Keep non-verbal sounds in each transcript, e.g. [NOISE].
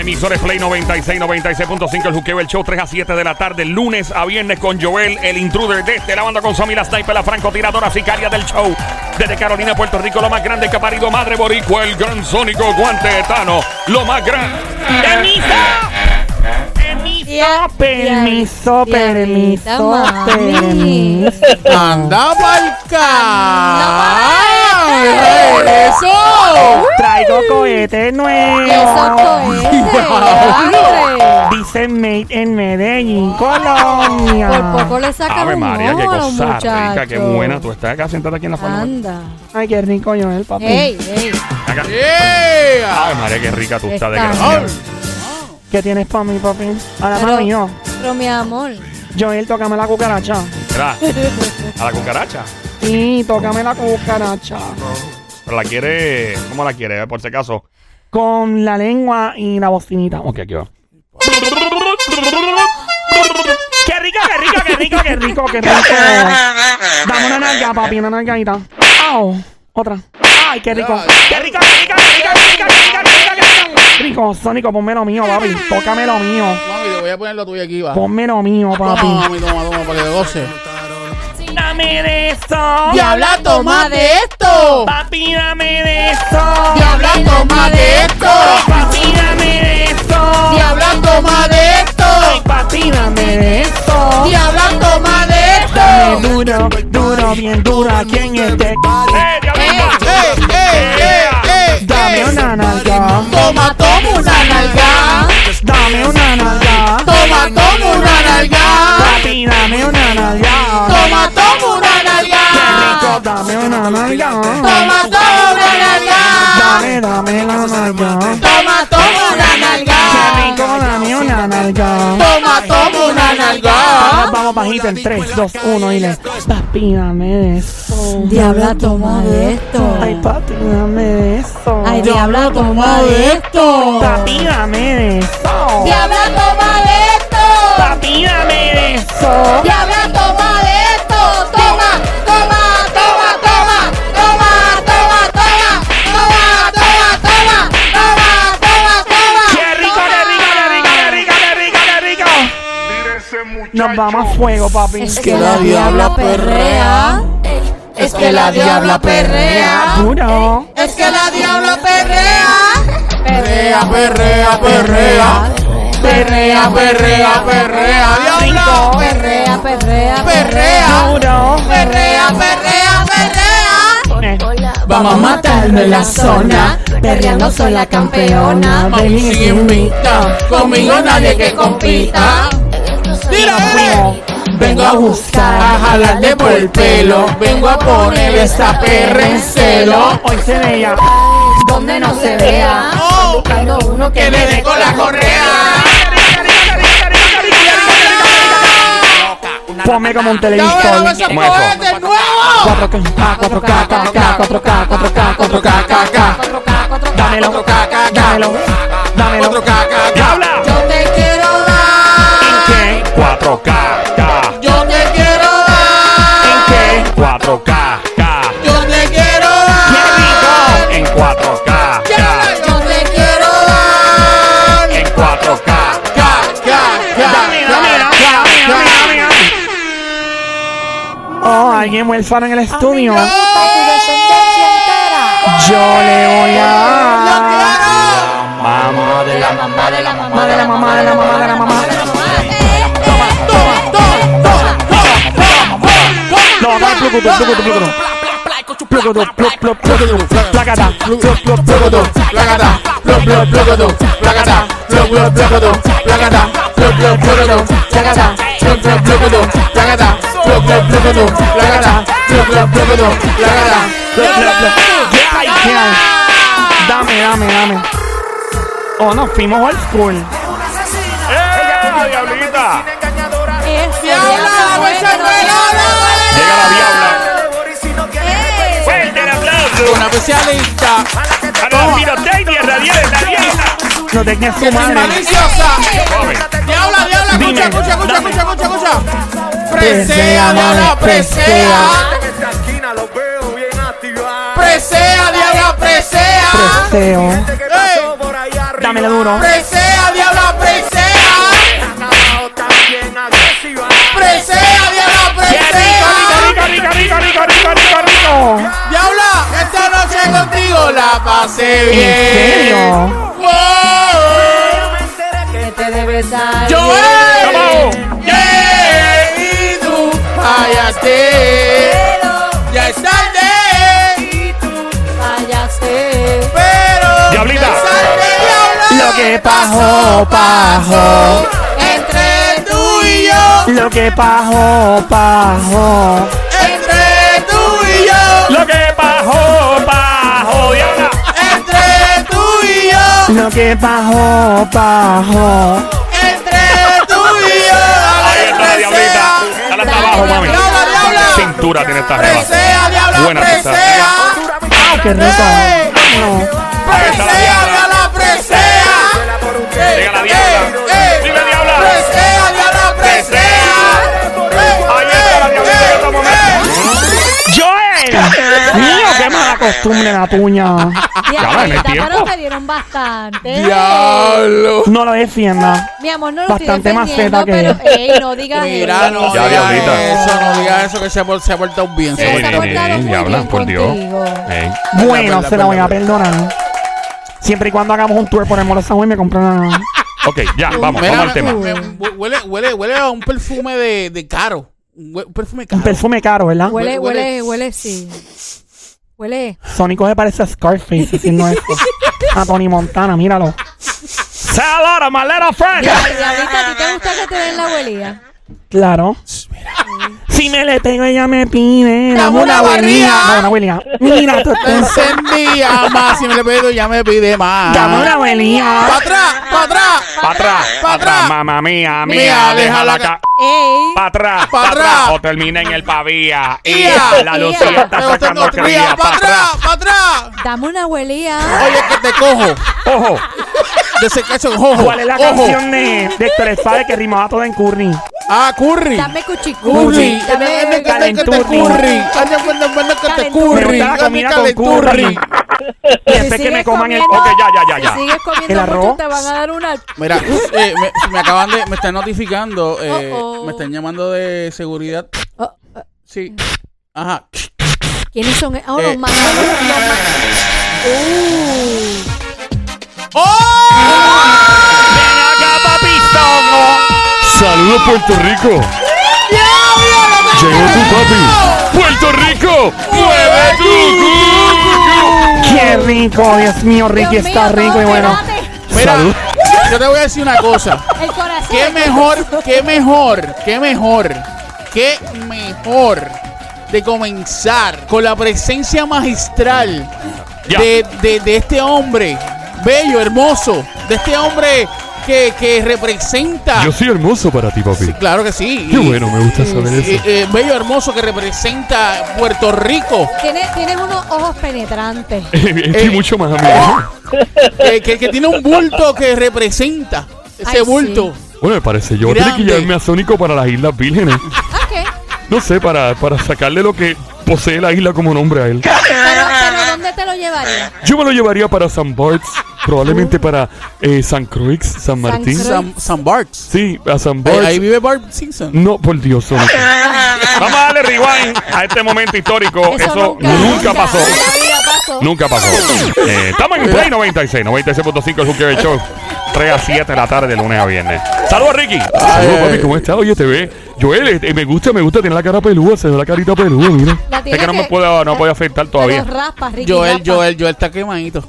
emisores Play 96, 96.5, el juqueo, el show 3 a 7 de la tarde, lunes a viernes con Joel, el intruder desde la banda con Sammy, la sniper, la francotiradora sicaria del show. Desde Carolina, Puerto Rico, lo más grande que ha parido Madre Boricua, el gran sónico guante de Tano, lo más grande. ¡Permiso! ¡Permiso, Ya, Permiso, ya, ya, permiso, mami. permiso. ¡Anda pa'l pa'l ca- ¡Eso! Traigo cohetes Eso nuevos. [LAUGHS] cohete. Dicen made en Medellín, Colombia. Por poco le sacan Ave un María, ojo qué a los cosa rica, qué muchachos. buena. Tú estás acá sentada aquí en la forma. Anda. Ay, qué rico yo el papi. Ey, ey. Acá. ¡Yeah! Ave María, qué rica tú estás de Está. gracia. ¿Qué tienes para mí, papi? Ahora Pero, mami, yo. pero mi amor. Joel, tócame la cucaracha. Mira, A la cucaracha. Sí, tócame la cucaracha. Pero la quiere. ¿Cómo la quiere? Por si acaso. Con la lengua y la bocinita. Ok, aquí va. ¡Qué rico, qué rico, qué rico, qué rico, qué rico! Dame una nalga, papi, una nalgadita. ¡Au! Otra. ¡Ay, qué rico! ¡Qué rico, qué rico, qué rico, qué rico, qué rico, qué rico, qué rico! Rico, Sónico, ponme lo mío, papi. Tócame lo mío. Mami, te voy a poner lo tuyo aquí, va. Ponme lo mío, Toma, papi. mami, toma, toma, para que goce. ¡Dame de eso! ¡Diabla, toma de esto! ¡Papi, dame de eso! ¡Diabla, toma de esto! ¡Papi, dame de eso! ¡Diabla, toma de esto! ¡Papi, dame de eso! ¡Diabla, toma de Dame esto! duro, duro, bien duro aquí en este ¡Eh, diablito! ¡Eh, eh, eh, eh! Dame eh. una nalga, Toma, toma una nalga. dame una nalga, Toma, toma una nalga. papi, dame una nalga, Toma, toma una rico, nalga. dame una nalga, Toma, toma una nalga. dame, dame la nalga, Toma, toma una Qué nalga. rico, dame una nalga. Toma, toma una Vamos, nalga. vamos bajito en 3, 2, 1 y le Papi, dame eso Diabla, toma de esto. Ay, papi, dame eso Ay, diabla, toma de esto. Papi, dame eso Diabla, toma de esto. Papi, dame eso Diabla, toma de esto. Toma, toma, toma, toma. Toma, toma, toma. Toma, toma, toma. Toma, toma, toma. ¡Qué rico, qué rico, qué rico, qué rico, qué rico, qué rico! Nos vamos a fuego, papi. Es que la diabla perrea. Es que la diabla perrea. Duro. Es que la diabla perrea. Perrea, perrea, perrea. Perrea, perrea, perrea. Diabla. Perrea, perrea. Perrea. Duro. Perrea, perrea, perrea. Eh, Vamos a matarlo en la zona. Perreando soy la campeona. Mami sin invita. Conmigo nadie que compita. Mira, fuego. Vengo a buscar, a jalarle por el pelo. Vengo a poner esa perra en celo. Hoy se veía. Donde no se vea. Oh, Buscando uno que que le dé con la correa. Ponme como un Ya verá, televisor. ese ¿Cómo es eso? cohete es nuevo. 4K, 4K, 4K, 4K, 4K, 4K. Dámelo, dámelo, dámelo. ¡Diabla! Yo te quiero dar, ¿En qué? 4K, K. yo te quiero dar, ¿En qué? 4K, K. yo te quiero ¡Qué dar. rico! En 4K, K. Yo te quiero dar. En 4K, K. Dame, dame, dame, dame, dame, dame. Oh, alguien huérfano en el estudio. Yo le voy a dar. Mamá de la mamá. Mamá de la mamá, de la mamá, de la mamá. No, no, plucutu, plucutu, plucutu. Plucutu, plu, plu, plucutu, placata. Plu, plu, plucutu. Plu, plu, plu. Yeah, ay, qué hay. Dame, dame, dame. Oh, nos fuimos old school. ¡Eh, diablita! Llega la diabla. ¡Fuerte el aplauso! Una especialista, ¡A la pirotecnia radial en la diabla! No te quedes su madre. maliciosa. Come. Diabla, diabla, Dime, escucha, escucha, escucha, dame. escucha, escucha, escucha. Presea, diabla, presea. Presea, diabla, presea. Preseo. Ey, Dámelo duro. Presea, la pasé bien. ¿En serio? Wow. que te debes dar. eh. Joel. ¡Vamos! Yeah. Y tú fallaste. Ya es tarde. fallaste. Pero. Diablita. ya es tarde, diabla. Lo que pasó, pasó. Entre tú y yo. Lo que pasó, pasó. Entre tú y yo. Lo que bajó, bajó, diabla. Entre tú y yo. Lo que pasó, pasó. Entre tú y yo. Ahí está la diablita. presea. Dale hasta abajo, mami. Diabla, diabla. Cintura tiene esta jeva. Presea, diabla, Buena que está. presea. ¡Ah, qué rico! Ey. Vámonos. Presea, diabla, presea. Llega la diabla. Ey, ey. Dile, diabla. Presea, diabla, presea. Ahí está la diablita Ey, en este ey, estos momentos. ¡Joel! ¡Mío, qué mala costumbre la tuya! Diabla, en el Diablita, pero tiempo. te dieron bastante. ey. Diablo. No lo defiendas. Mi amor, no lo estoy Bastante defendiendo, maceta que pero es. ey, no digas Mira, no Ya, digas diablita. eso, no digas eso, que se ha vol- se ha vuelto bien. se ha Ey, portado ey, bien. portado muy diabla, bien por Dios. contigo. Ey. Bueno, Verdad, se la voy a verdad, perdonar. Siempre y cuando hagamos un tour por el Molo San Juan y me compran una- Ok, ya, vamos, Mira, vamos al me- tema. me- me- huele, huele, huele a un perfume de, de caro. Un hue- un perfume caro. un perfume caro, ¿verdad? Huele, Huele- huele, huele. huele, sí. Huele. Sónico se parece a Scarface haciendo esto. A Tony Montana, míralo. Say hello to my little friend. Ay, Diablita, ¿a ti te gusta que te den la abuelía? Claro. Si me le pego, ella me pide. Dame una una abuelita. No, abuelita. una abuelita. Mira, tú Me estás. encendía más. Si me le pido, ya me pide más. Dame una ¡Para abuelita. atrás! ¡Para atrás! Pa' atrás, pa' pa' atrás, atrás. mamá mía, mía, Mía, déjala déjala acá. ca- Ey. Pa' atrás, Pa' pa' atrás, atrás. o termina en el pavía. Y Ia, ia. la Lucía está Pero sacando tengo cría. cría pa' ¡Para atrás! atrás. ¡Para atrás! Dame una abuelía. Oye, que te cojo. Ojo, De ese cacho, ojo. ¿Cuál es la ojo. canción de, de Héctor Espade que rimaba todo en Curry? Ah, curry. Dame Curry. cuchicurri. Anda, anda, Dame anda, anda, que te Calenturri. curry. Anda, anda, anda, que te Calenturri. curry. Me gusta la Dame comida con curry. calenturri. Después que me sigues coman el. comiendo- ok, ya, ya, ya, ya. Si sigues ¿El comiendo arroz? mucho, te van a dar una. Mira, eh, me, me acaban de. Me están notificando. eh, Oh, oh. Me están llamando de seguridad. Oh, oh, Sí. Ajá. ¿Quiénes son? Oh, Eh. los más. ¡Oh! ven acá, papito. Saludos, Puerto Rico. Llegó tu papi. Puerto Rico, mueve tu cu- cu- cu. ¡Qué rico! Dios mío, Ricky Dios está mío, rico y no, bueno. espérate. Mira, yo te voy a decir una cosa. El corazón. Qué mejor, qué mejor, qué mejor, qué mejor de comenzar con la presencia magistral Ya. de, de- de este hombre bello, hermoso, de este hombre que, que representa. Yo soy hermoso para ti, papi. Claro que sí. Qué y- bueno, me gusta saber eh, eso. [LAUGHS] eh, bello, hermoso, que representa Puerto Rico. Tienes, tienes unos ojos penetrantes. Estoy mucho más amigo. eh, que, que tiene un bulto que representa ese Ay, bulto. Bueno, me parece. Yo voy a tener que Grande. llevarme a Sónico para las Islas Vírgenes. Ok. No sé, para, para sacarle lo que posee la isla como nombre a él. Pero, pero ¿dónde te lo llevaría? Yo me lo llevaría para San Bart's, probablemente para eh, San Croix, San Martín. Croix. San, San Barks. Sí, a San Ahí, Bart's. ahí vive Bart Simpson. No, por Dios, Sónico. Vamos a darle rewind a este momento histórico. Eso, nunca, pasó. En la vida pasó. Nunca pasó. Eh, estamos en Play 96, 96.5 el Juqueo del Show. 3 a 7 de la tarde, de lunes a viernes. Saludos, Ricky. Saludos, papi, ¿cómo estás? Oye, te ve. Joel, eh, me gusta, me gusta tener la cara peluda, se ve la carita peluda, mira. La tienes Es que no me puedo, no puedo afectar todavía. Pero raspas, Ricky, Joel, raspas. Joel, Joel está quemadito.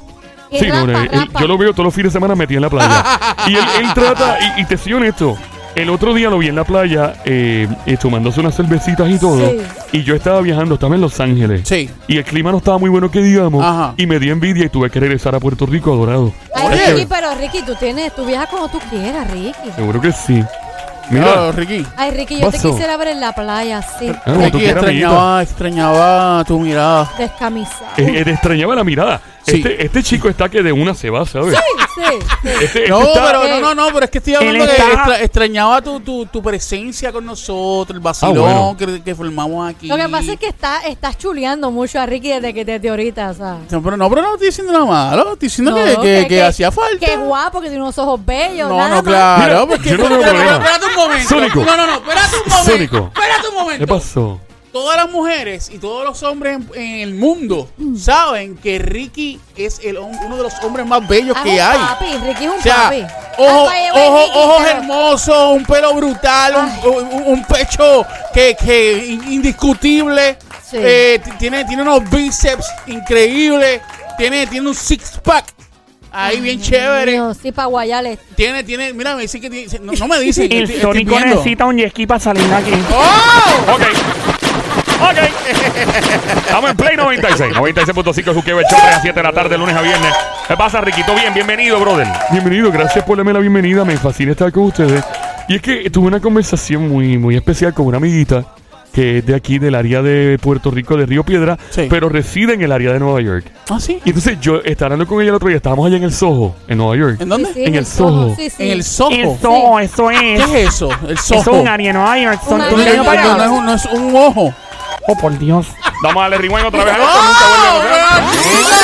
Y Sí, no, raspas, no, eh, él- raspas. yo lo veo todos los fines de semana metido en la playa. y él, él trata, y, y te soy honesto, el otro día lo vi en la playa eh, eh, tomándose unas cervecitas y todo. Sí. Y yo estaba viajando, estaba en Los Ángeles. Sí. Y el clima no estaba muy bueno que digamos. Ajá. Y me dio envidia y tuve que regresar a Puerto Rico adorado. Ay, Oye. Ricky, pero Ricky, tú tienes, tú viajas como tú quieras, Ricky. Seguro que sí. Claro, Mira, Ricky. Ay, Ricky, yo te Vaso. quisiera ver en la playa, sí, ah, como tú Ricky quieras, amiguito. extrañaba, extrañaba tu mirada. descamisada. Eh, eh, te extrañaba la mirada. Sí. Este, este chico está que de una se va, ¿sabes? Sí, sí. Este, este No, está- pero no, no, no, pero es que estoy Eh, hablando Él que está- extra- extrañaba tu, tu, tu presencia con nosotros, el vacilón Ah, bueno. que, que formamos aquí. Lo que pasa es que está, estás chuleando mucho a Ricky desde que desde ahorita, o sea. No, pero no, pero no estoy diciendo nada malo, estoy diciendo No, que, que, que hacía falta. Que guapo, que tiene unos ojos bellos. no, nada no, más. claro, Mira, porque yo no tengo espérate, problema. espérate un momento. Sónico. No, no, no, espérate un momento. Sónico. Espérate un ¿Qué momento. pasó? todas las mujeres y todos los hombres en, en el mundo saben que Ricky es el, hom- uno de los hombres más bellos Ah, que es un hay. Papi, Ricky es un O sea, papi. ojo, Ah, pues, ojo, Ricky, ojos pero- hermosos, un pelo brutal, un, un- un pecho que, que in- indiscutible. Sí. Eh, t- tiene, tiene unos bíceps increíbles. Tiene, tiene un six pack ahí bien chévere. Dios, sí, pa' guayales. Tiene, tiene, mira, me dice que tiene, no, no me dicen. estoy- El estoy Sónico viendo. necesita un yesqui para salir de aquí. ¡Oh! Ok. Ok. Estamos en Play 96. 96.5 es Juqueo, el show 3 a 7 de la tarde, lunes a viernes. ¿Qué pasa, Riquito? Bien, bienvenido, brother. Bienvenido, gracias por darme la bienvenida. Me fascina estar con ustedes. Y es que tuve una conversación muy, muy especial con una amiguita que es de aquí, del área de Puerto Rico, de Río Piedra, Sí. pero reside en el área de Nueva York. ¿Ah, sí? Y entonces yo estaba hablando con ella el otro día, estábamos allá en el Soho, en Nueva York. ¿En dónde? Sí, sí, En el Soho. Sí, sí. En el sojo. El Soho, eso ¿Qué es. es eso? El sojo. Eso es un área, no hay. Son Un No, no, área. para no, no es un, no es un ojo. Oh, por Dios. Vamos a darle rewind otra vez a Ah. esto. Nunca vuelve ¡Oh! a pasar.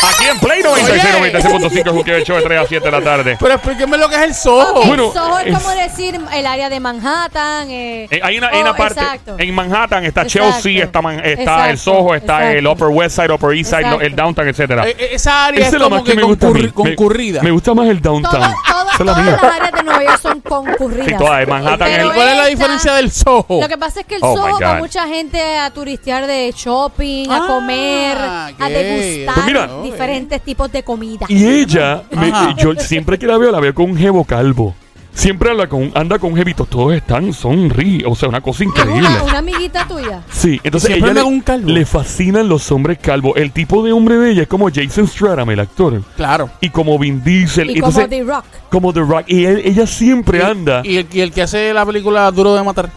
Aquí en Play 96, Oye. 96.5 es Juqueo, el show de 3 a 7 de la tarde. Pero explíqueme lo que es el sojo. Ok, Bueno, Soho es, es- como decir el área de Manhattan. eh, Eh, Hay una, hay oh, una parte exacto. en Manhattan, está Exacto. Chelsea, está, Man- está Exacto. el Soho, está el Exacto. Upper West Side, Upper East Side, Exacto. el Downtown, etcétera. Eh, eh, esa área Esa es como que, a concurri- mí. Me- concurrida. Me, gusta más el Todo- downtown. todo- Esa es la todas mía. las áreas de Nueva York son concurridas. Sí, todas, en Manhattan Pero es- ¿Cuál es la esta- diferencia del sojo? Lo que pasa es que el Oh, Soho my va God. mucha gente a turistear de shopping, a Ah, comer, a ok. Oh. degustar Pues mira. diferentes tipos de comida. Y ella, me- Ajá. yo siempre que la veo, la veo con un jevo calvo. Siempre habla con, anda con jevitos, todos están, son ri, o sea, una cosa Es increíble. una, una amiguita tuya. Sí, entonces Siempre ella anda le, con un calvo. le fascinan los hombres calvos. El tipo de hombre de ella es como Jason Stratham, el actor. Claro. Y como Vin Diesel. Y entonces, como The Rock. como The Rock. Y él- ella siempre anda. Y el, y el que hace la película Duro de Matar.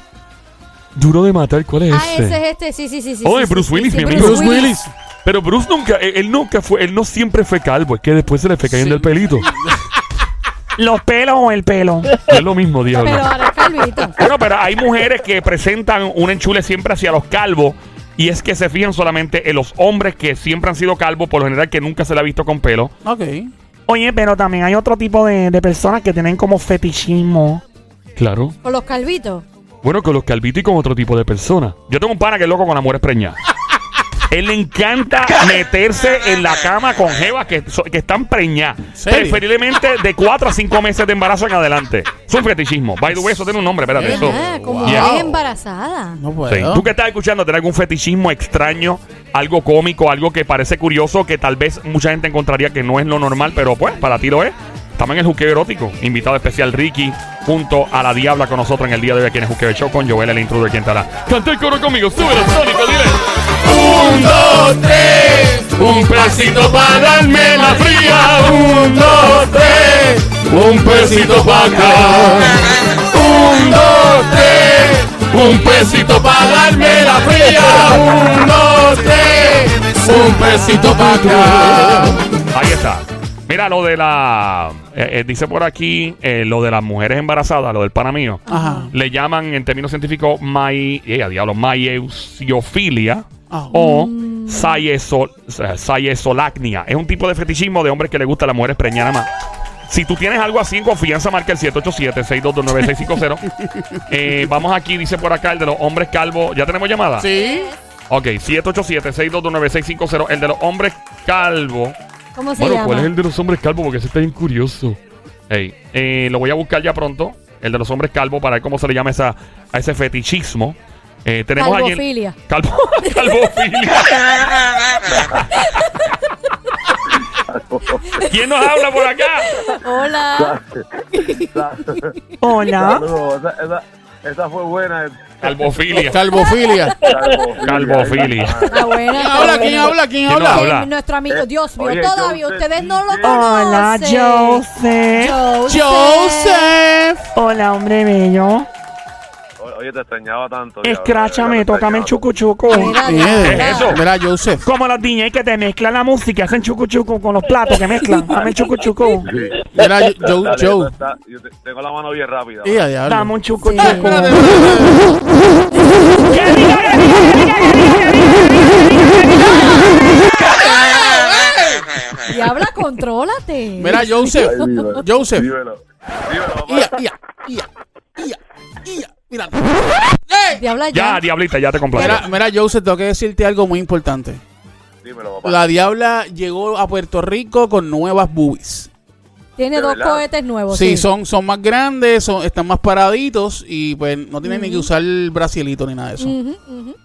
Duro de matar, ¿cuál es Ah, ese? ese es este, sí, sí, sí. sí Oh, sí, es Bruce sí, Willis, sí, mi amigo. Bruce Willis. Pero Bruce nunca, él, él nunca fue, él no siempre fue calvo. Es que después se le fue cayendo Sí. el pelito. ¿Los pelos o el pelo? No es lo mismo, diablo. Pero ahora es calvito. Bueno, pero hay mujeres que presentan un enchule siempre hacia los calvos. Y es que se fijan solamente en los hombres que siempre han sido calvos, por lo general que nunca se le ha visto con pelo. [LAUGHS] Ok. Oye, pero también hay otro tipo de, de personas que tienen como fetichismo. Claro. Con los calvitos. Bueno, con los calvitos y con otro tipo de personas. Yo tengo un pana que es loco con la mujer preñada. Él le encanta meterse en la cama con jevas que, so- que están preñadas. ¿Serio? Preferiblemente de 4 a 5 meses de embarazo en adelante. Es un fetichismo. By the way, eso tiene un nombre, espérate. eso. Ah, como Yeah. eres embarazada. No Sí. puedo. Tú que estás escuchando, ¿tenés algún fetichismo extraño? Algo cómico, algo que parece curioso, que tal vez mucha gente encontraría que no es lo normal, pero pues, para ti lo es. Estamos en el Juqueo Erótico. Invitado especial Ricky, junto a la Diabla con nosotros en el día de hoy aquí en el Juqueo Show con Joel, el intruder, quien estará. Canta el coro conmigo, súbelo, Sónico, dile. Un, dos, tres. Un pesito pa' darme la fría, Un, dos, tres. un pesito pa' acá. Un, dos, tres. un pesito Pa' darme la fría. Un, dos, tres. Un pesito pa' acá. Ahí está. Mira lo de la. eh, eh, dice por aquí eh, lo de las mujeres embarazadas, lo del pana mío. Ajá. Le llaman en términos científicos mai, eh, a diablo, maiesiofilia Ah. o saieso- sa- saiesolacnia. Es un tipo de fetichismo de hombres que le gusta a las mujeres preñadas más. Si tú tienes algo así en confianza, marca el [LAUGHS] 787-622-9650. Eh, vamos aquí, dice por acá el de los hombres calvos. ¿Ya tenemos llamada? Sí. Ok, 787-622-9650. El de los hombres calvos. ¿Cómo se Bueno, llama? ¿cuál es el de los hombres calvos? Porque ese está bien curioso. Ey, eh, lo voy a buscar ya pronto. El de los hombres calvos para ver cómo se le llama esa, a ese fetichismo. Eh, tenemos alguien- Calvofilia. Calvo, [LAUGHS] calvofilia. ¿Quién nos habla por acá? Hola. Hola. Saludos, esa, esa, esa fue buena. Calvofilia. Calvofilia. Calvofilia. Calvofilia. Está buena. ¿Quién está habla? buena. ¿Quién habla? ¿Quién ¿Quién habla? habla? Eh, Nuestro amigo, Dios mío, Oye, todavía Joseph. ustedes no lo Hola, conocen. Joseph. Joseph. Joseph. Hola, hombre bello. O- Oye, te extrañaba tanto. diablo, Escráchame, de verdad, te tócame el extrañaba. chucu chucu. Mira, ¿Qué es eso? Mira, Joseph. Como los DJs que te mezclan la música, hacen chucu chucu con los platos que mezclan. Dame el chucu chucu. Sí. Mira, Joe. Dale, Joe. tú estás- yo te- tengo la mano bien rápida. Ey, a diablo. Dame un chucu Sí. chucu. Y habla, contrólate. Mira, Joseph. este. Ay, dímelo. Joseph. Dímelo. Dímelo, papá. Ia, ia, ia, ia, ia, Mira. Diabla Ya, ya. diablita, ya te Mira, complace. mira, Joseph, tengo que decirte algo muy importante. Dímelo, papá. La Diabla llegó a Puerto Rico con nuevas boobies. Tiene de dos verdad. cohetes nuevos. Sí, son, son más grandes, son, están más paraditos y pues no tienen ni que usar el brasilito ni nada de eso. Ujú, ujú.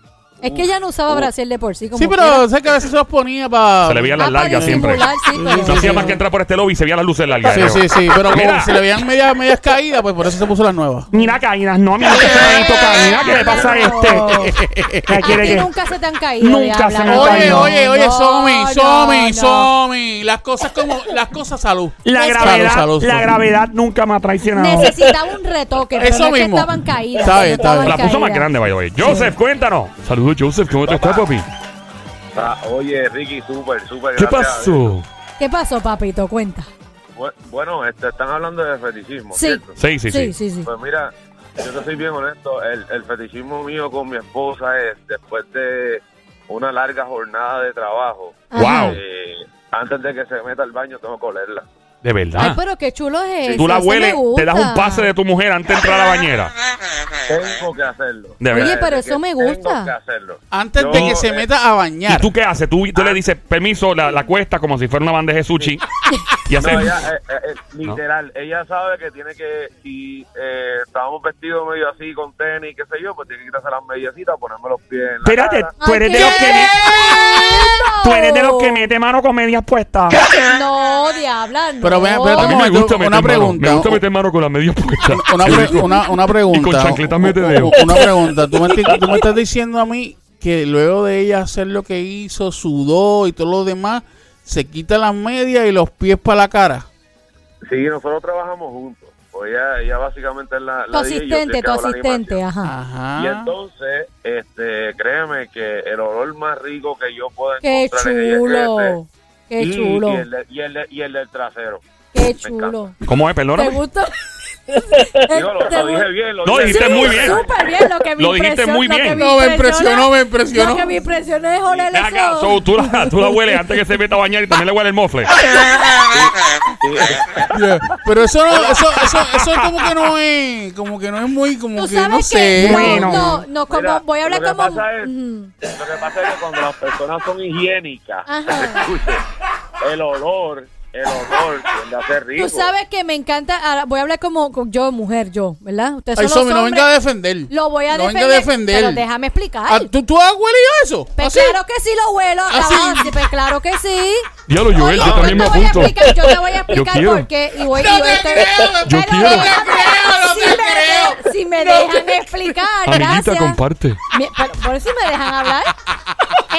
Es que ella no usaba Uh, Brasil de por sí. Mm, Como Sí, quiera. pero sé que a veces se los ponía para... Se le veían Ah, las para largas siempre. disimular, sí, pero- No hacía más que entrar por este lobby y se veían las luces largas. Sí, creo. sí, sí, pero como Mira. se le veían medias, medias caídas, pues por eso se puso las nuevas. Mira, caídas, no, mira que se me hizo caída. ¿Qué le pasa a este? ¿Qué A ti quiere que.? Ah, nunca se te han caído. Nunca se me han Diabla. Oye, caído. oye, oye, No, Somi, no, Somi, no. Somi. Las cosas como... Las cosas salud. La Salud, gravedad, salud, la salud. gravedad nunca me ha traicionado. Necesitaba un retoque. pero Eso no es que mismo. Estaban caídas. Está no bien, está bien. estaban La puso más caídas. grande, vaya, vaya. Joseph, cuéntanos. Saludos, Joseph. ¿Cómo tú estás, papi? Ah, oye, Ricky, súper, súper. ¿Qué gracias a Dios. pasó? ¿Qué pasó, papito? Cuenta. Bu- Bueno, este, están hablando de fetichismo, Sí. ¿cierto? Sí, sí, sí. Sí, sí, sí. Pues mira, yo te soy bien honesto, el, el fetichismo mío con mi esposa es después de una larga jornada de trabajo, Ajá. Wow. eh, antes de que se meta al baño tengo que olerla. De Ay, verdad. pero qué chulo es eso. Ah. Tú la eso me hueles, te das un gusta. pase de tu mujer antes de entrar a la bañera. Tengo que hacerlo. De Oye, verdad. Desde pero eso que me Tengo gusta. que hacerlo. Antes de Yo, que se eh, meta a ¿Y bañar. tú qué haces? Tú, Ah. tú le dices, permiso, la, la cuesta como si fuera una bandeja de sushi. Y No, haces. ella, eh, eh, eh, literal, ella sabe que tiene que, si eh, estábamos vestidos medio así con tenis, qué sé yo, pues tiene que quitarse las mediecitas, ponerme los pies en la Espérate, cara. tú Ay, eres, de qué los que me- lindo. tú eres de los que mete mano con medias puestas. [LAUGHS] No, diabla, no. Pero vean, espérate, A mí me Yo- gusta una meter mano. pregunta. Me gusta meter mano con la media puesta. [LAUGHS] Una, Sí, pre- rico. una, una pregunta. Y con chancletas mete dedo. Una pregunta. ¿Tú me, enti- tú me estás diciendo a mí que luego de ella hacer lo que hizo, sudó y todo lo demás, se quita las medias y los pies para la cara? Sí, nosotros trabajamos juntos. Pues ella, ella básicamente es la, Tu la DJ y yo soy el asistente, que tu hago la asistente, animación. ajá. Y Ajá. entonces, este, créeme que el olor más rico que yo puedo Qué encontrar en ella es chulo. ese. Qué Y- chulo. Y, el, de- y, el, de- y el del trasero. Qué encanta. chulo. Este ¿Cómo es? ¿Te Perdóname. [LAUGHS] gusta? Digo, lo, ¿Te lo dije gusta? bien. Lo No, dije dijiste bien. muy bien. Súper bien lo que me Lo dijiste impresiona- muy lo que bien. No, me impresionó, me Lo impresionó. que me impresionó es oler Ven acá, eso. so, tú, la, tú la hueles antes que se meta a bañar y también le huele el mofle. Yeah. Pero eso, no- eso, eso, eso como que no es, como que no es muy, como Tú que sabes no que sé. Bueno. no, no, no, [LAUGHS] como Mira, voy a hablar lo que como pasa es- Ujú. Lo que pasa es que cuando las personas son higiénicas, Ajá. [LAUGHS] escuche, el olor, el olor tiende a ser rico. Tú sabes que me encanta, ahora voy a hablar como como yo mujer, yo, ¿verdad? Ustedes Ay, son Somi, los no hombres. venga a defender. Lo voy a no defender. venga a defender. Pero déjame explicar. Ah, ¿Tú, tú has huelido eso? ¿Ah, ¿Ah, Pues ¿Así? claro que sí lo huelo. ¿Así? cabrón, sí, pues claro que sí. Diablo, Joel, ¿Ah, yo también me te voy a apunto. explicar, yo te voy a explicar quiero. por qué. Y voy, No y voy te a estar- creo, no Yo Pero quiero. déjame, No te si me creo, no de- Si me dejan explicar, Amiguita, gracias. comparte. Mi- pero por eso me dejan hablar.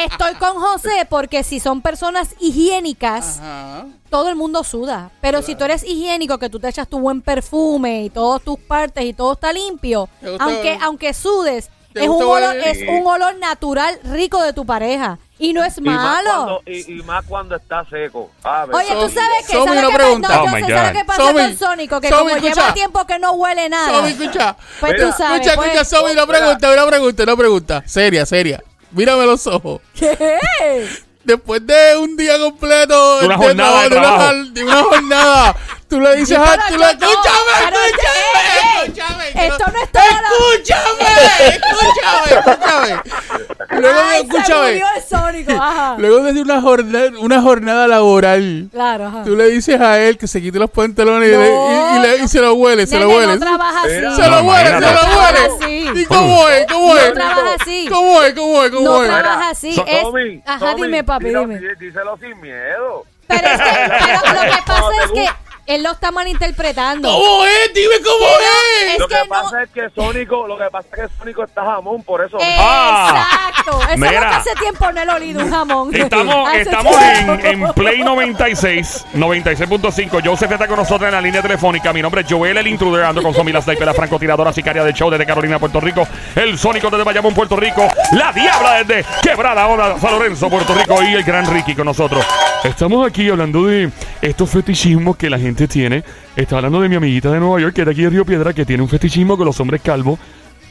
Estoy con José porque si son personas higiénicas, Ajá. todo el mundo suda. Pero si tú eres higiénico, que tú te echas tu buen perfume y todas tus partes y todo está limpio, ¿Te gusta aunque, oler? aunque sudes, ¿Te es un, gusta olor, oler? es un olor natural rico de tu pareja. Y no es Y más cuando, malo. y, y más cuando está seco. Ave Oye, tú Somi, sabes que Somi, ¿sabes una lo que pa- pregunta. no, Oh, yo my sé, ¿sabes God. qué pasa Somi, con Sónico? Que Somi, como escucha. lleva tiempo que no huele nada. Somi, escucha. Pues Mira, tú sabes. Escucha, pues- escucha, Somi, una Espera. pregunta, una pregunta, una pregunta. Seria, seria. Mírame los ojos. ¿Qué? [LAUGHS] Después de un día completo De una jornada de de, una, trabajo. jal- de una jornada, tú le dices, ah, tú le Pero yo escúchame, no, pero escúchame, este- escúchame. ey, que ey, esto no es todo lo- Escúchame, escúchame, escúchame. Luego, Ay, Se escúchame. murió el Sónico. Ajá. Luego de una jornada, una jornada laboral, Claro, ajá. tú le dices a él que se quite los pantalones y No. le- y, y le- y se lo huele, se lo Nene, huele. No trabaja así. Se lo No, huele, se imagínate. lo No huele. trabaja ¿Y cómo es? ¿Cómo No es? trabaja así. ¿Cómo es? ¿Cómo es? ¿Cómo No es? trabaja así. So- es- Tommy, ajá, Tommy, dime, papi, dilo- dime. Díselo sin miedo. Pero es que pero lo [LAUGHS] que No pasa te es que él lo está malinterpretando. ¿Cómo es? Dime cómo Que no, es. lo que, que no- pasa es que Sónico, lo que pasa es que Sónico está jamón, por eso. Eh. Ah. Exacto. Eso es lo Oh. Mira. que hace tiempo no he olido un jamón. Estamos, Hace estamos en, tiempo. en Play 96, 96.5. Joseph está con nosotros en la línea telefónica. Mi nombre es Joel, el intruder, ando con Somi, la sniper, la francotiradora sicaria del show desde Carolina, Puerto Rico. El Sónico desde Bayamón, Puerto Rico. La Diabla desde Quebrada, ahora San Lorenzo, Puerto Rico. Y el gran Ricky con nosotros. Estamos aquí hablando de estos fetichismos que la gente tiene. Está hablando de mi amiguita de Nueva York, que es de aquí de Río Piedra, que tiene un fetichismo con los hombres calvos.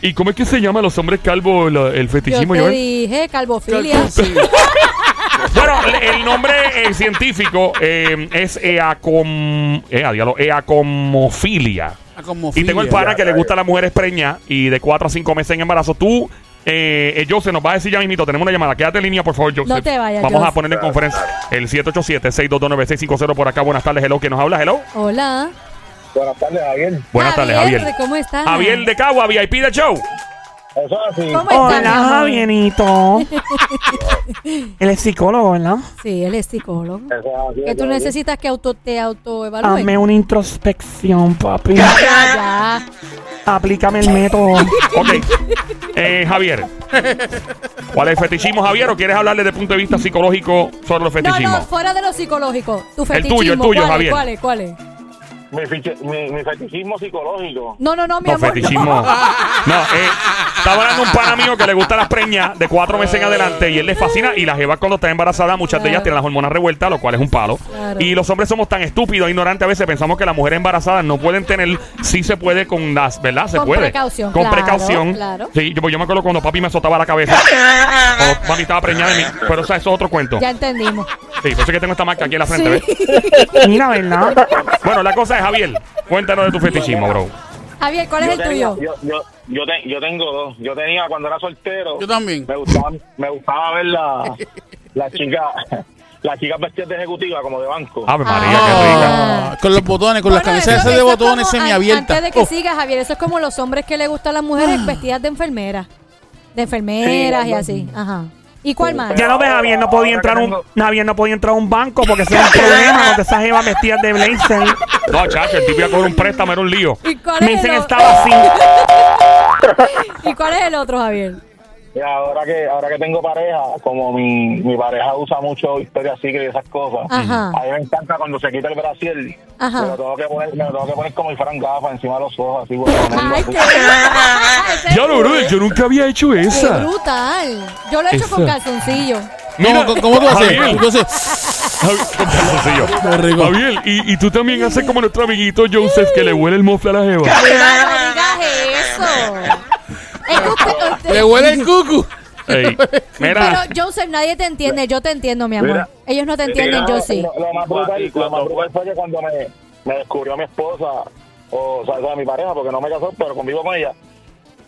¿Y cómo es que se llama los hombres calvos la- el Yo fetichismo, te Joel? dije, calvofilia. Sí. Bueno, le- el nombre eh, científico eh, es eacom, eh, diablo, ah, eacomofilia. Ah, como Y tengo el pana que le Rayo. gusta a las mujeres preñas y de 4 a 5 meses en embarazo. Tú, eh, eh, Joseph, nos va a decir ya mismito. Tenemos una llamada. Quédate en línea, por favor, Joseph. No te vayas, Vamos a Joseph. poner en conferencia el 787-622-9650 por acá. Buenas tardes, hello. que nos habla? Hello. Hola. Buenas tardes, Javier. Buenas tardes, Javier. ¿Cómo estás? Javier de Cagua, VIP de show. Eso es así. ¿Cómo estás? mi Hola, amor? Javierito. Él es psicólogo, ¿verdad? Sí, él es psicólogo. Eso es así. Que tú necesitas que auto, te autoevalúen. Hazme una introspección, papi. Ya, ya. Aplícame el método. [LAUGHS] Ok. Eh, Javier. ¿Cuál es el fetichismo, Javier? ¿O quieres hablarle desde el punto de vista psicológico sobre los No, fetichismos? no, fuera de lo psicológico. Tu El fetichismo. tuyo, el tuyo, ¿Cuál es, Javier. ¿Cuál es? ¿Cuál es? Mi, fiche- mi, mi fetichismo psicológico. No, no, no, mi No, amor. fetichismo. No, eh, estaba hablando un pana mío que le gusta las preñas de cuatro meses en adelante y él le fascina. Y las jevas cuando están embarazadas, muchas de ellas Claro. tienen las hormonas revueltas, lo cual es un palo. Claro. Y los hombres somos tan estúpidos, ignorantes, a veces pensamos que las mujeres embarazadas no pueden tener. Sí se puede con las, ¿verdad? Se Con puede. precaución, Con claro, precaución. claro. Sí, yo, yo me acuerdo cuando papi me azotaba la cabeza. Cuando papi estaba preñada de mí. Pero o sea, eso es otro cuento. [LAUGHS] Ya entendimos. Sí, por eso es que tengo esta marca aquí en la frente, ¿ves? Mira, ¿verdad? Bueno, la cosa es, Javier, cuéntanos de tu fetichismo, bro. [LAUGHS] Javier, ¿cuál es el tuyo? Yo, yo, yo, te- yo tengo dos. Yo tenía cuando era soltero. Yo también. Me gustaba, me gustaba [LAUGHS] ver la, la chica, [LAUGHS] las chicas vestidas de ejecutiva como de banco. Ave María, Ah, con los botones, con las Bueno, camisas eso- esas de eso es botones como an- semiabiertas. Antes de que Oh, Ah. sigas, Javier, eso es como los hombres que le gustan a las mujeres vestidas de enfermeras. De enfermeras y así. Ajá. ¿Y cuál más? Ya no ves, Javier no podía entrar a un, Javier no podía entrar a un banco porque eso era un problema cuando esas jevas vestidas de blazer. qué rica. No, chacho, el tipo iba a coger un préstamo, era un lío. ¿Y cuál, Me es dicen el que otro? estaba así. ¿Y cuál es el otro, Javier? Y ahora que, ahora que tengo pareja, como mi, mi pareja usa mucho historias secret y esas cosas, Ajá. a mí me encanta cuando se quita el brasier, Ajá. me lo tengo que poner, me lo tengo que poner como si fueran gafas encima de los ojos, así, bueno, ponerlo Ay, así. qué Ese es Ya lo, brutal. bro, yo nunca había hecho Qué esa. brutal. Yo lo he hecho Esa. con calzoncillo. no, Mira, ¿cómo- ¿Cómo tú haces? Javier. Tú haces- Javi- con calzoncillo. Qué rico. Javier, y, y tú también haces como nuestro amiguito Joseph que le huele el mofle a la jeva. Mira, [LAUGHS] no digas eso. Es que usted- usted- Le huele el cucu. Ey, Pero, mira, Joseph, nadie te entiende. Yo te entiendo, mi amor. Mira. Ellos no te Mira, entienden, yo sí. Lo, lo más brutal, lo más brutal fue que cuando me, me descubrió mi esposa, o, sea, o sea, mi pareja, porque no me casó, pero convivo con ella,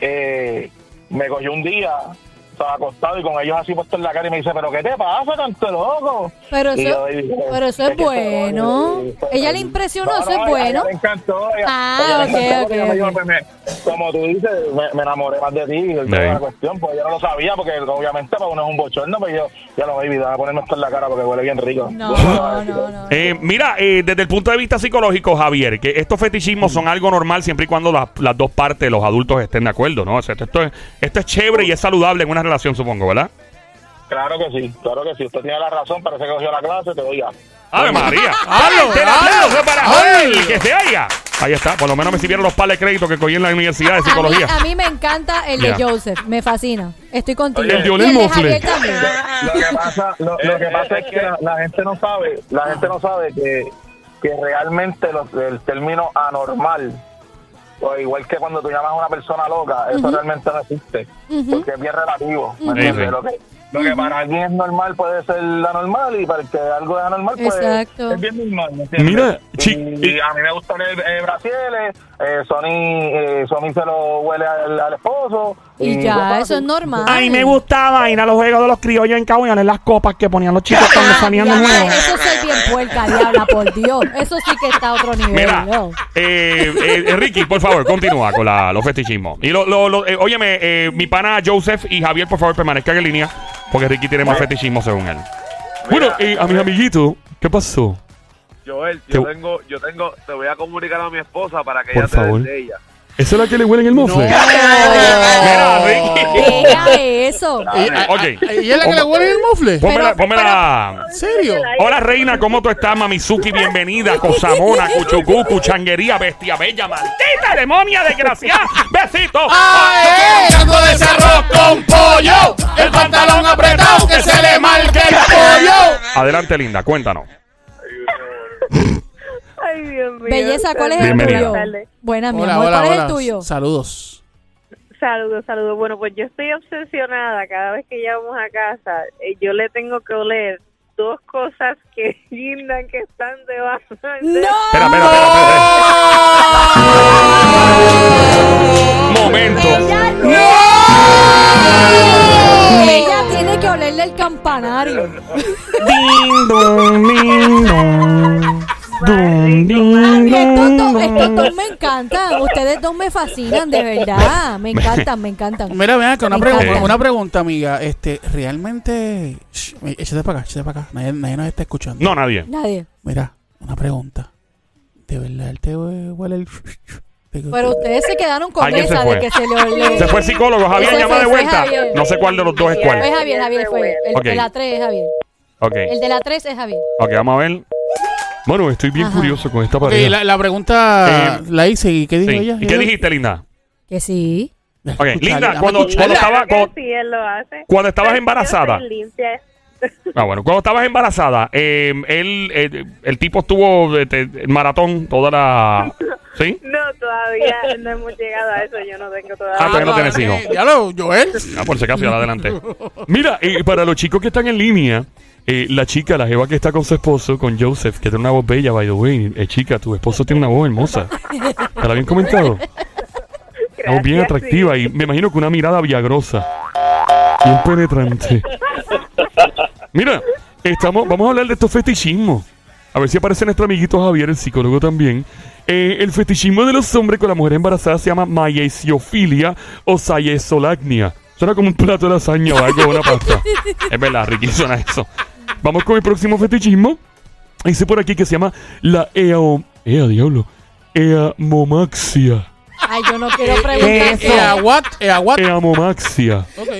eh, me cogió un día, o sea, acostado y con ellos así puesto en la cara y me dice, ¿pero qué te pasa, tanto loco? Pero Y eso, yo dije, pero eso es que bueno. esto- Ella le impresionó, No, eso no, es ella- bueno. ella le encantó. ella- Ah, ella le ok, encantó, ok, porque ella me dijo, ok. pues, me- Como tú dices, me, me enamoré más de ti. Y toda Ahí. la cuestión, pues yo no lo sabía, porque obviamente para uno es un bochorno, pero yo ya lo voy a ponerme esto en la cara porque huele bien rico. No, no, no. no. eh, mira, eh, desde el punto de vista psicológico, Javier, que estos fetichismos son algo normal siempre y cuando las, las dos partes, los adultos, estén de acuerdo, ¿no? O sea, esto, es, esto es chévere y es saludable en una relación, supongo, ¿verdad? Claro que sí, claro que sí. Usted tiene la razón, parece que cogió la clase, te doy ya. ¡Ave María! ¡Hablo, ¡Ten aplauso para hablo! Javier! ¡Que se haya! Ahí está, por lo menos me sirvieron los palos de crédito que cogí en la Universidad de A mí, Psicología. a mí me encanta el Ya. de Joseph, me fascina. Estoy contigo. Oye, el Y de Olin de Mofle. Javier también. Lo que pasa, lo, lo que Eh, pasa es que la, la gente no sabe, la gente no sabe que, que realmente los- el término anormal, o igual que cuando tú llamas a una persona loca, eso realmente no existe, porque es bien relativo. ¿me Ujú. entiendes? Sí, sí. Lo que, lo que para alguien es normal puede ser anormal y para el que algo es anormal pues Exacto. es bien normal. ¿me entiendes? Mira, chi- y, y a mí me gustan el, el brasiles, eh, Sony, eh, Sony se lo huele al, al esposo. Y cosas ya, así. eso es normal. A mí me gustaba ir a los juegos de los criollos en Cabo y oler las copas que ponían los chicos cuando Ah, salían de diabla, nuevo. eso es bien puerca, diabla, por Dios. Eso sí que está a otro nivel. Mira, ¿no? eh, eh, eh, Ricky, por favor, continúa con la- los fetichismos. Y lo, lo- lo- eh, óyeme, eh, mi pana Joseph y Javier, por favor, permanezcan en línea, porque Ricky tiene más fetichismos según él. Bueno, eh, a mis amiguitos, ¿qué pasó? Joel, yo Qué- tengo, yo tengo, te voy a comunicar a mi esposa para que Por ella te favor. dé de ella. ¿Esa es la que le huele en el mofle? Mira, Ricky. Deja eso. Y- a- Ok. a- ¿Y es la que le huele el mofle? Pónmela, Pero- pónmela. ¿En serio? Hola, reina, ¿cómo tú estás, Mamizuki? Bienvenida, Cosamona, Cuchucú, Cuchanguería, Bestia Bella, maldita demonia, desgraciada. Besito. Ah. Echándole ese arroz con pollo, el pantalón apretado que se le marque el pollo. Adelante, linda, cuéntanos. Ay, Dios mío. Belleza, ¿cuál es el Bienvenida. tuyo? Buenas tardes. Buenas, mi Hola, amor. hola, ¿Cuál es hola. el tuyo? Saludos. Saludos, saludos. Bueno, pues yo estoy obsesionada cada vez que llegamos a casa. eh, yo le tengo que oler dos cosas que [LAUGHS] guindan, que están debajo. de- Espera, espera, espera, ¡Ah! espera, espera. Momento. Ella no. Ella tiene que olerle el campanario. Ding, dong, ding, dong. Dum, ding, Y estos dos, estos dong. dos me encantan. Ustedes dos me fascinan, de verdad. Me encantan, me encantan. Mira, ven acá, una, Me pregunta, encanta. una pregunta, amiga. Este, realmente. Shh, échate para acá, échate para acá. Nadie, nadie nos está escuchando. No, nadie. Nadie. Mira, una pregunta. ¿De verdad él te hue- huele el.? te- Pero ustedes se quedaron con Alguien se esa fue. de que se le olé. Se fue el psicólogo, Javier, Ese llama fue- de fue vuelta. Javier. No sé cuál de los dos es cuál. Fue Javier, Javier fue. El Ok. de la 3 es Javier. Ok, El de la 3 es Javier. ok, vamos a ver. Bueno, estoy bien Ajá. curioso con esta Ok, pareja. la, la pregunta Eh, la hice y ¿qué dijo Sí. ella? ¿Y qué dijiste, Linda? Que sí. Ok, Linda, cuando, cuando, Claro estaba, que cuando, sí, él lo hace. cuando estabas Pero embarazada. yo soy limpia. Ah, bueno, cuando estabas embarazada, eh, él, eh, el tipo estuvo eh, te- el maratón toda la. ¿Sí? No, todavía no hemos llegado a eso. Yo no tengo todavía. Ah, todavía no eh, tienes hijos. Ya lo, eh, Joel. Ah, por si acaso, ya la adelante. Mira, eh, para los chicos que están en línea, eh, la chica, la jeva que está con su esposo, con Joseph, que tiene una voz bella, by the way. Eh, chica, tu esposo tiene una voz hermosa. ¿Te la habían comentado? Una voz Oh, bien Gracias, atractiva y me imagino que una mirada viagrosa. Bien penetrante. Mira, estamos, vamos a hablar de estos fetichismos. A ver si aparece nuestro amiguito Javier, el psicólogo también. Eh, el fetichismo de los hombres con la mujer embarazada se llama mayesiofilia o sayesolagnia. Suena como un plato de lasaña o algo, una pasta. Es verdad, Ricky, suena eso. Vamos con el próximo fetichismo. Dice por aquí que se llama la eo... Ea, diablo. Eamomaxia. Ay, yo no quiero ¿Qué preguntar. es Eh, a ah, what? Eh, a what? Eamomaxia. Ok.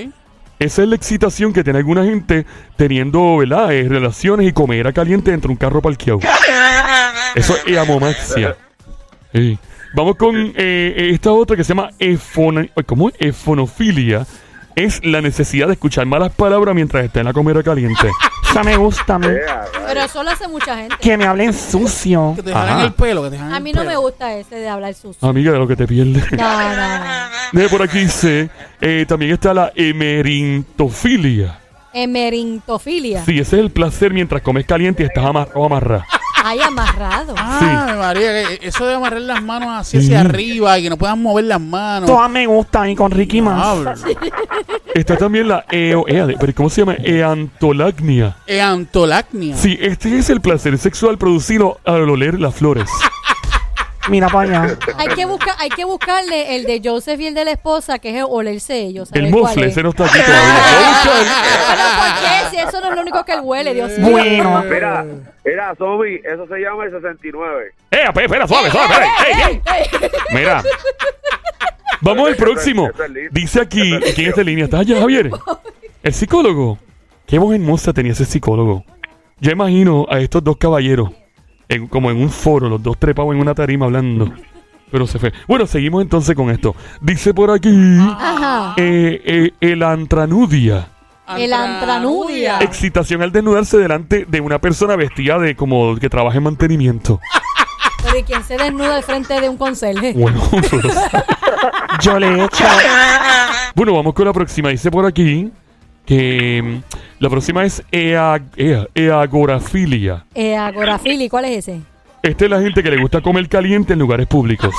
Esa es la excitación que tiene alguna gente teniendo, ¿verdad? Eh, relaciones y comer a caliente entre un carro parqueado. Eso es eamomaxia. Sí. Vamos con eh, esta otra que se llama efona, ay, ¿cómo es? efonofilia. Es la necesidad de escuchar malas palabras mientras está en la comida caliente. Esa me gusta, a mí. Pero eso lo hace mucha gente. Que me hablen sucio. Que te jalan Ajá. el pelo, que te jalan A el mí no me pelo. gusta ese de hablar sucio. Amiga, de lo que te pierdes. No, no, no. De por aquí dice, eh, también está la emerintofilia. Emerintofilia. Sí, ese es el placer mientras comes caliente y estás amarrado o amarrada. Hay amarrado. Ah, María, eh, eso de amarrar las manos así Sí. hacia arriba y que no puedan mover las manos. Todas me gustan y con Ricky más. Hablo. Está también la E eo, ea, de- pero ¿cómo se llama? Eantolagnia. Eh, antolacnia. Sí, este es el placer sexual producido al oler [LAUGHS] las flores. Mira para allá. Hay que, buscar, hay que buscarle el de Joseph y el de la esposa, que es el olerse ellos. El saber cuál mofle, es. ese no está aquí [LAUGHS] todavía. Pero ¿por qué? Si eso no es lo único que él huele, Dios mío. Bueno. Mira, mira, Sobi, eso se llama el 69. ¡Eh, espera, espera, suave, suave! [LAUGHS] espera. ¡Ey, ey! Mira, Vamos al Ese- próximo. ese es lindo. Dice aquí, Ese es ¿quién lindo. está en línea? ¿Estás [LAUGHS] allá, Javier? El psicólogo. Qué voz hermosa tenía ese psicólogo. Yo imagino a estos dos caballeros, en- como en un foro, los dos trepados en una tarima hablando. Pero se fue. Bueno, seguimos entonces con esto. Dice por aquí, Ajá. eh, eh, el antranudia. El antranudia. Excitación al desnudarse delante de una persona vestida de como que trabaja en mantenimiento. Pero ¿y quién se desnuda al frente de un conserje? [LAUGHS] Bueno, pues, Yo le he hecho. bueno, vamos con la próxima. Dice por aquí que mm, la próxima es ea, ea- eagorafilia. Eh, agorafili, ¿cuál es ese? Esta es la gente que le gusta comer caliente en lugares públicos.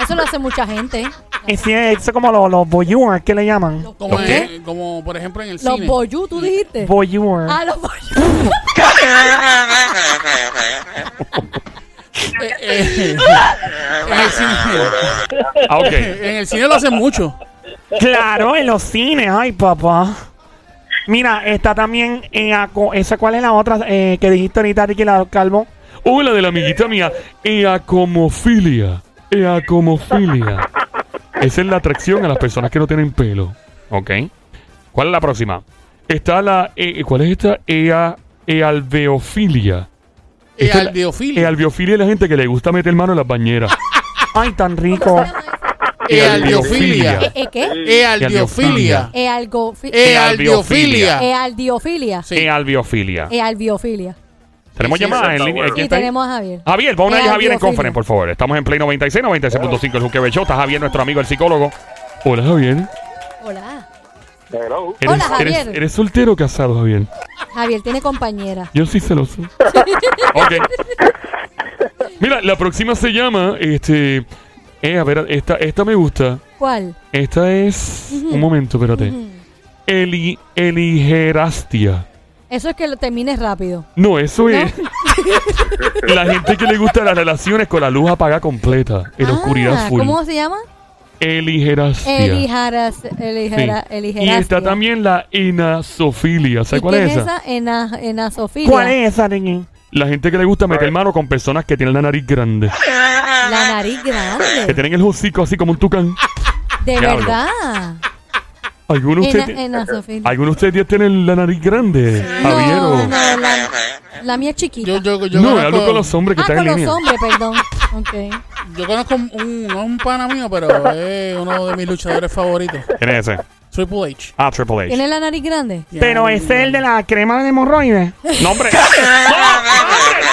Eso lo hace mucha gente. Ese es como los, los voyeurs, ¿qué le llaman? Como, ¿Los en- qué? como por ejemplo en el Los cine. boyú, tú dijiste. Voyeurs. ah, los boyú. Eh, eh, [LAUGHS] en, [LAUGHS] el cine Ah, ok. en el cine lo hacen mucho. Claro, en los cines, ay papá. Mira, está también en aco- esa cuál es la otra eh, que dijiste ahorita, Ricky la Calvo. O la de la amiguita mía, eacomofilia. Eacomofilia. Esa es la atracción a las personas que no tienen pelo. ok. ¿Cuál es la próxima? Está la. eh, ¿Cuál es esta? Ea, ealveofilia. Eh, Esta es al la- Ealveofilia es la gente que le gusta meter mano en las bañeras. Ay, tan rico. Ealdiofilia. ¿Eh, eh, qué? Ealdiofilia. Eh, algo. fi- Eh, aldiofilia. Eh, aldiofilia. Sí. Ealbiofilia. Eh, albiofilia. Tenemos Sí, sí, llamadas en está línea. bueno. ¿Quién Y está ahí? tenemos a Javier. Ah. Javier, pon una de Eh, Javier en aldiofilia. conference, por favor. Estamos en Play 96, 96.5, el Juquebel Show. Está Javier, nuestro amigo, el psicólogo. Hola, Javier. Hola. Hello. ¿Eres, Hola, Javier. Eres, ¿Eres soltero o casado, Javier? Javier tiene compañera. Yo [LAUGHS] soy celoso. Ok. Mira, la próxima se llama, este... Eh, a ver, esta, esta me gusta. ¿Cuál? Esta es... Ujú. Un momento, espérate. Eli, eligerastia. Eso es que lo termines rápido. No, [LAUGHS] eso es... la gente que le gusta las relaciones con la luz apagada completa. En Ah, oscuridad full. ¿Cómo se llama? Eligerastia. Elijaras, eligera, Sí. Y está también la enasofilia. ¿Sabes cuál qué es esa? Ena, enasofilia. ¿Cuál es esa, Ricky? La gente que le gusta meter mano con personas que tienen la nariz grande. La nariz Que grande. tienen el hocico así como un tucán. De Diablo. verdad. Algunos de Ena, ustedes, enasofilia. algunos de ustedes tienen la nariz grande, Javier. No, o- no, la, la mía es chiquita. Yo, yo, yo No, conozco- hablo con los hombres que ah, están con en los línea. hombres, perdón. Ok. Yo conozco un, un, no un pana mío, pero es uno de mis luchadores favoritos. ¿Quién es ese? Triple H. Ah, [LAUGHS] Triple H. ¿Tiene la nariz grande? Ya, Pero ese es el de la crema de hemorroides. No, hombre. No, hombre,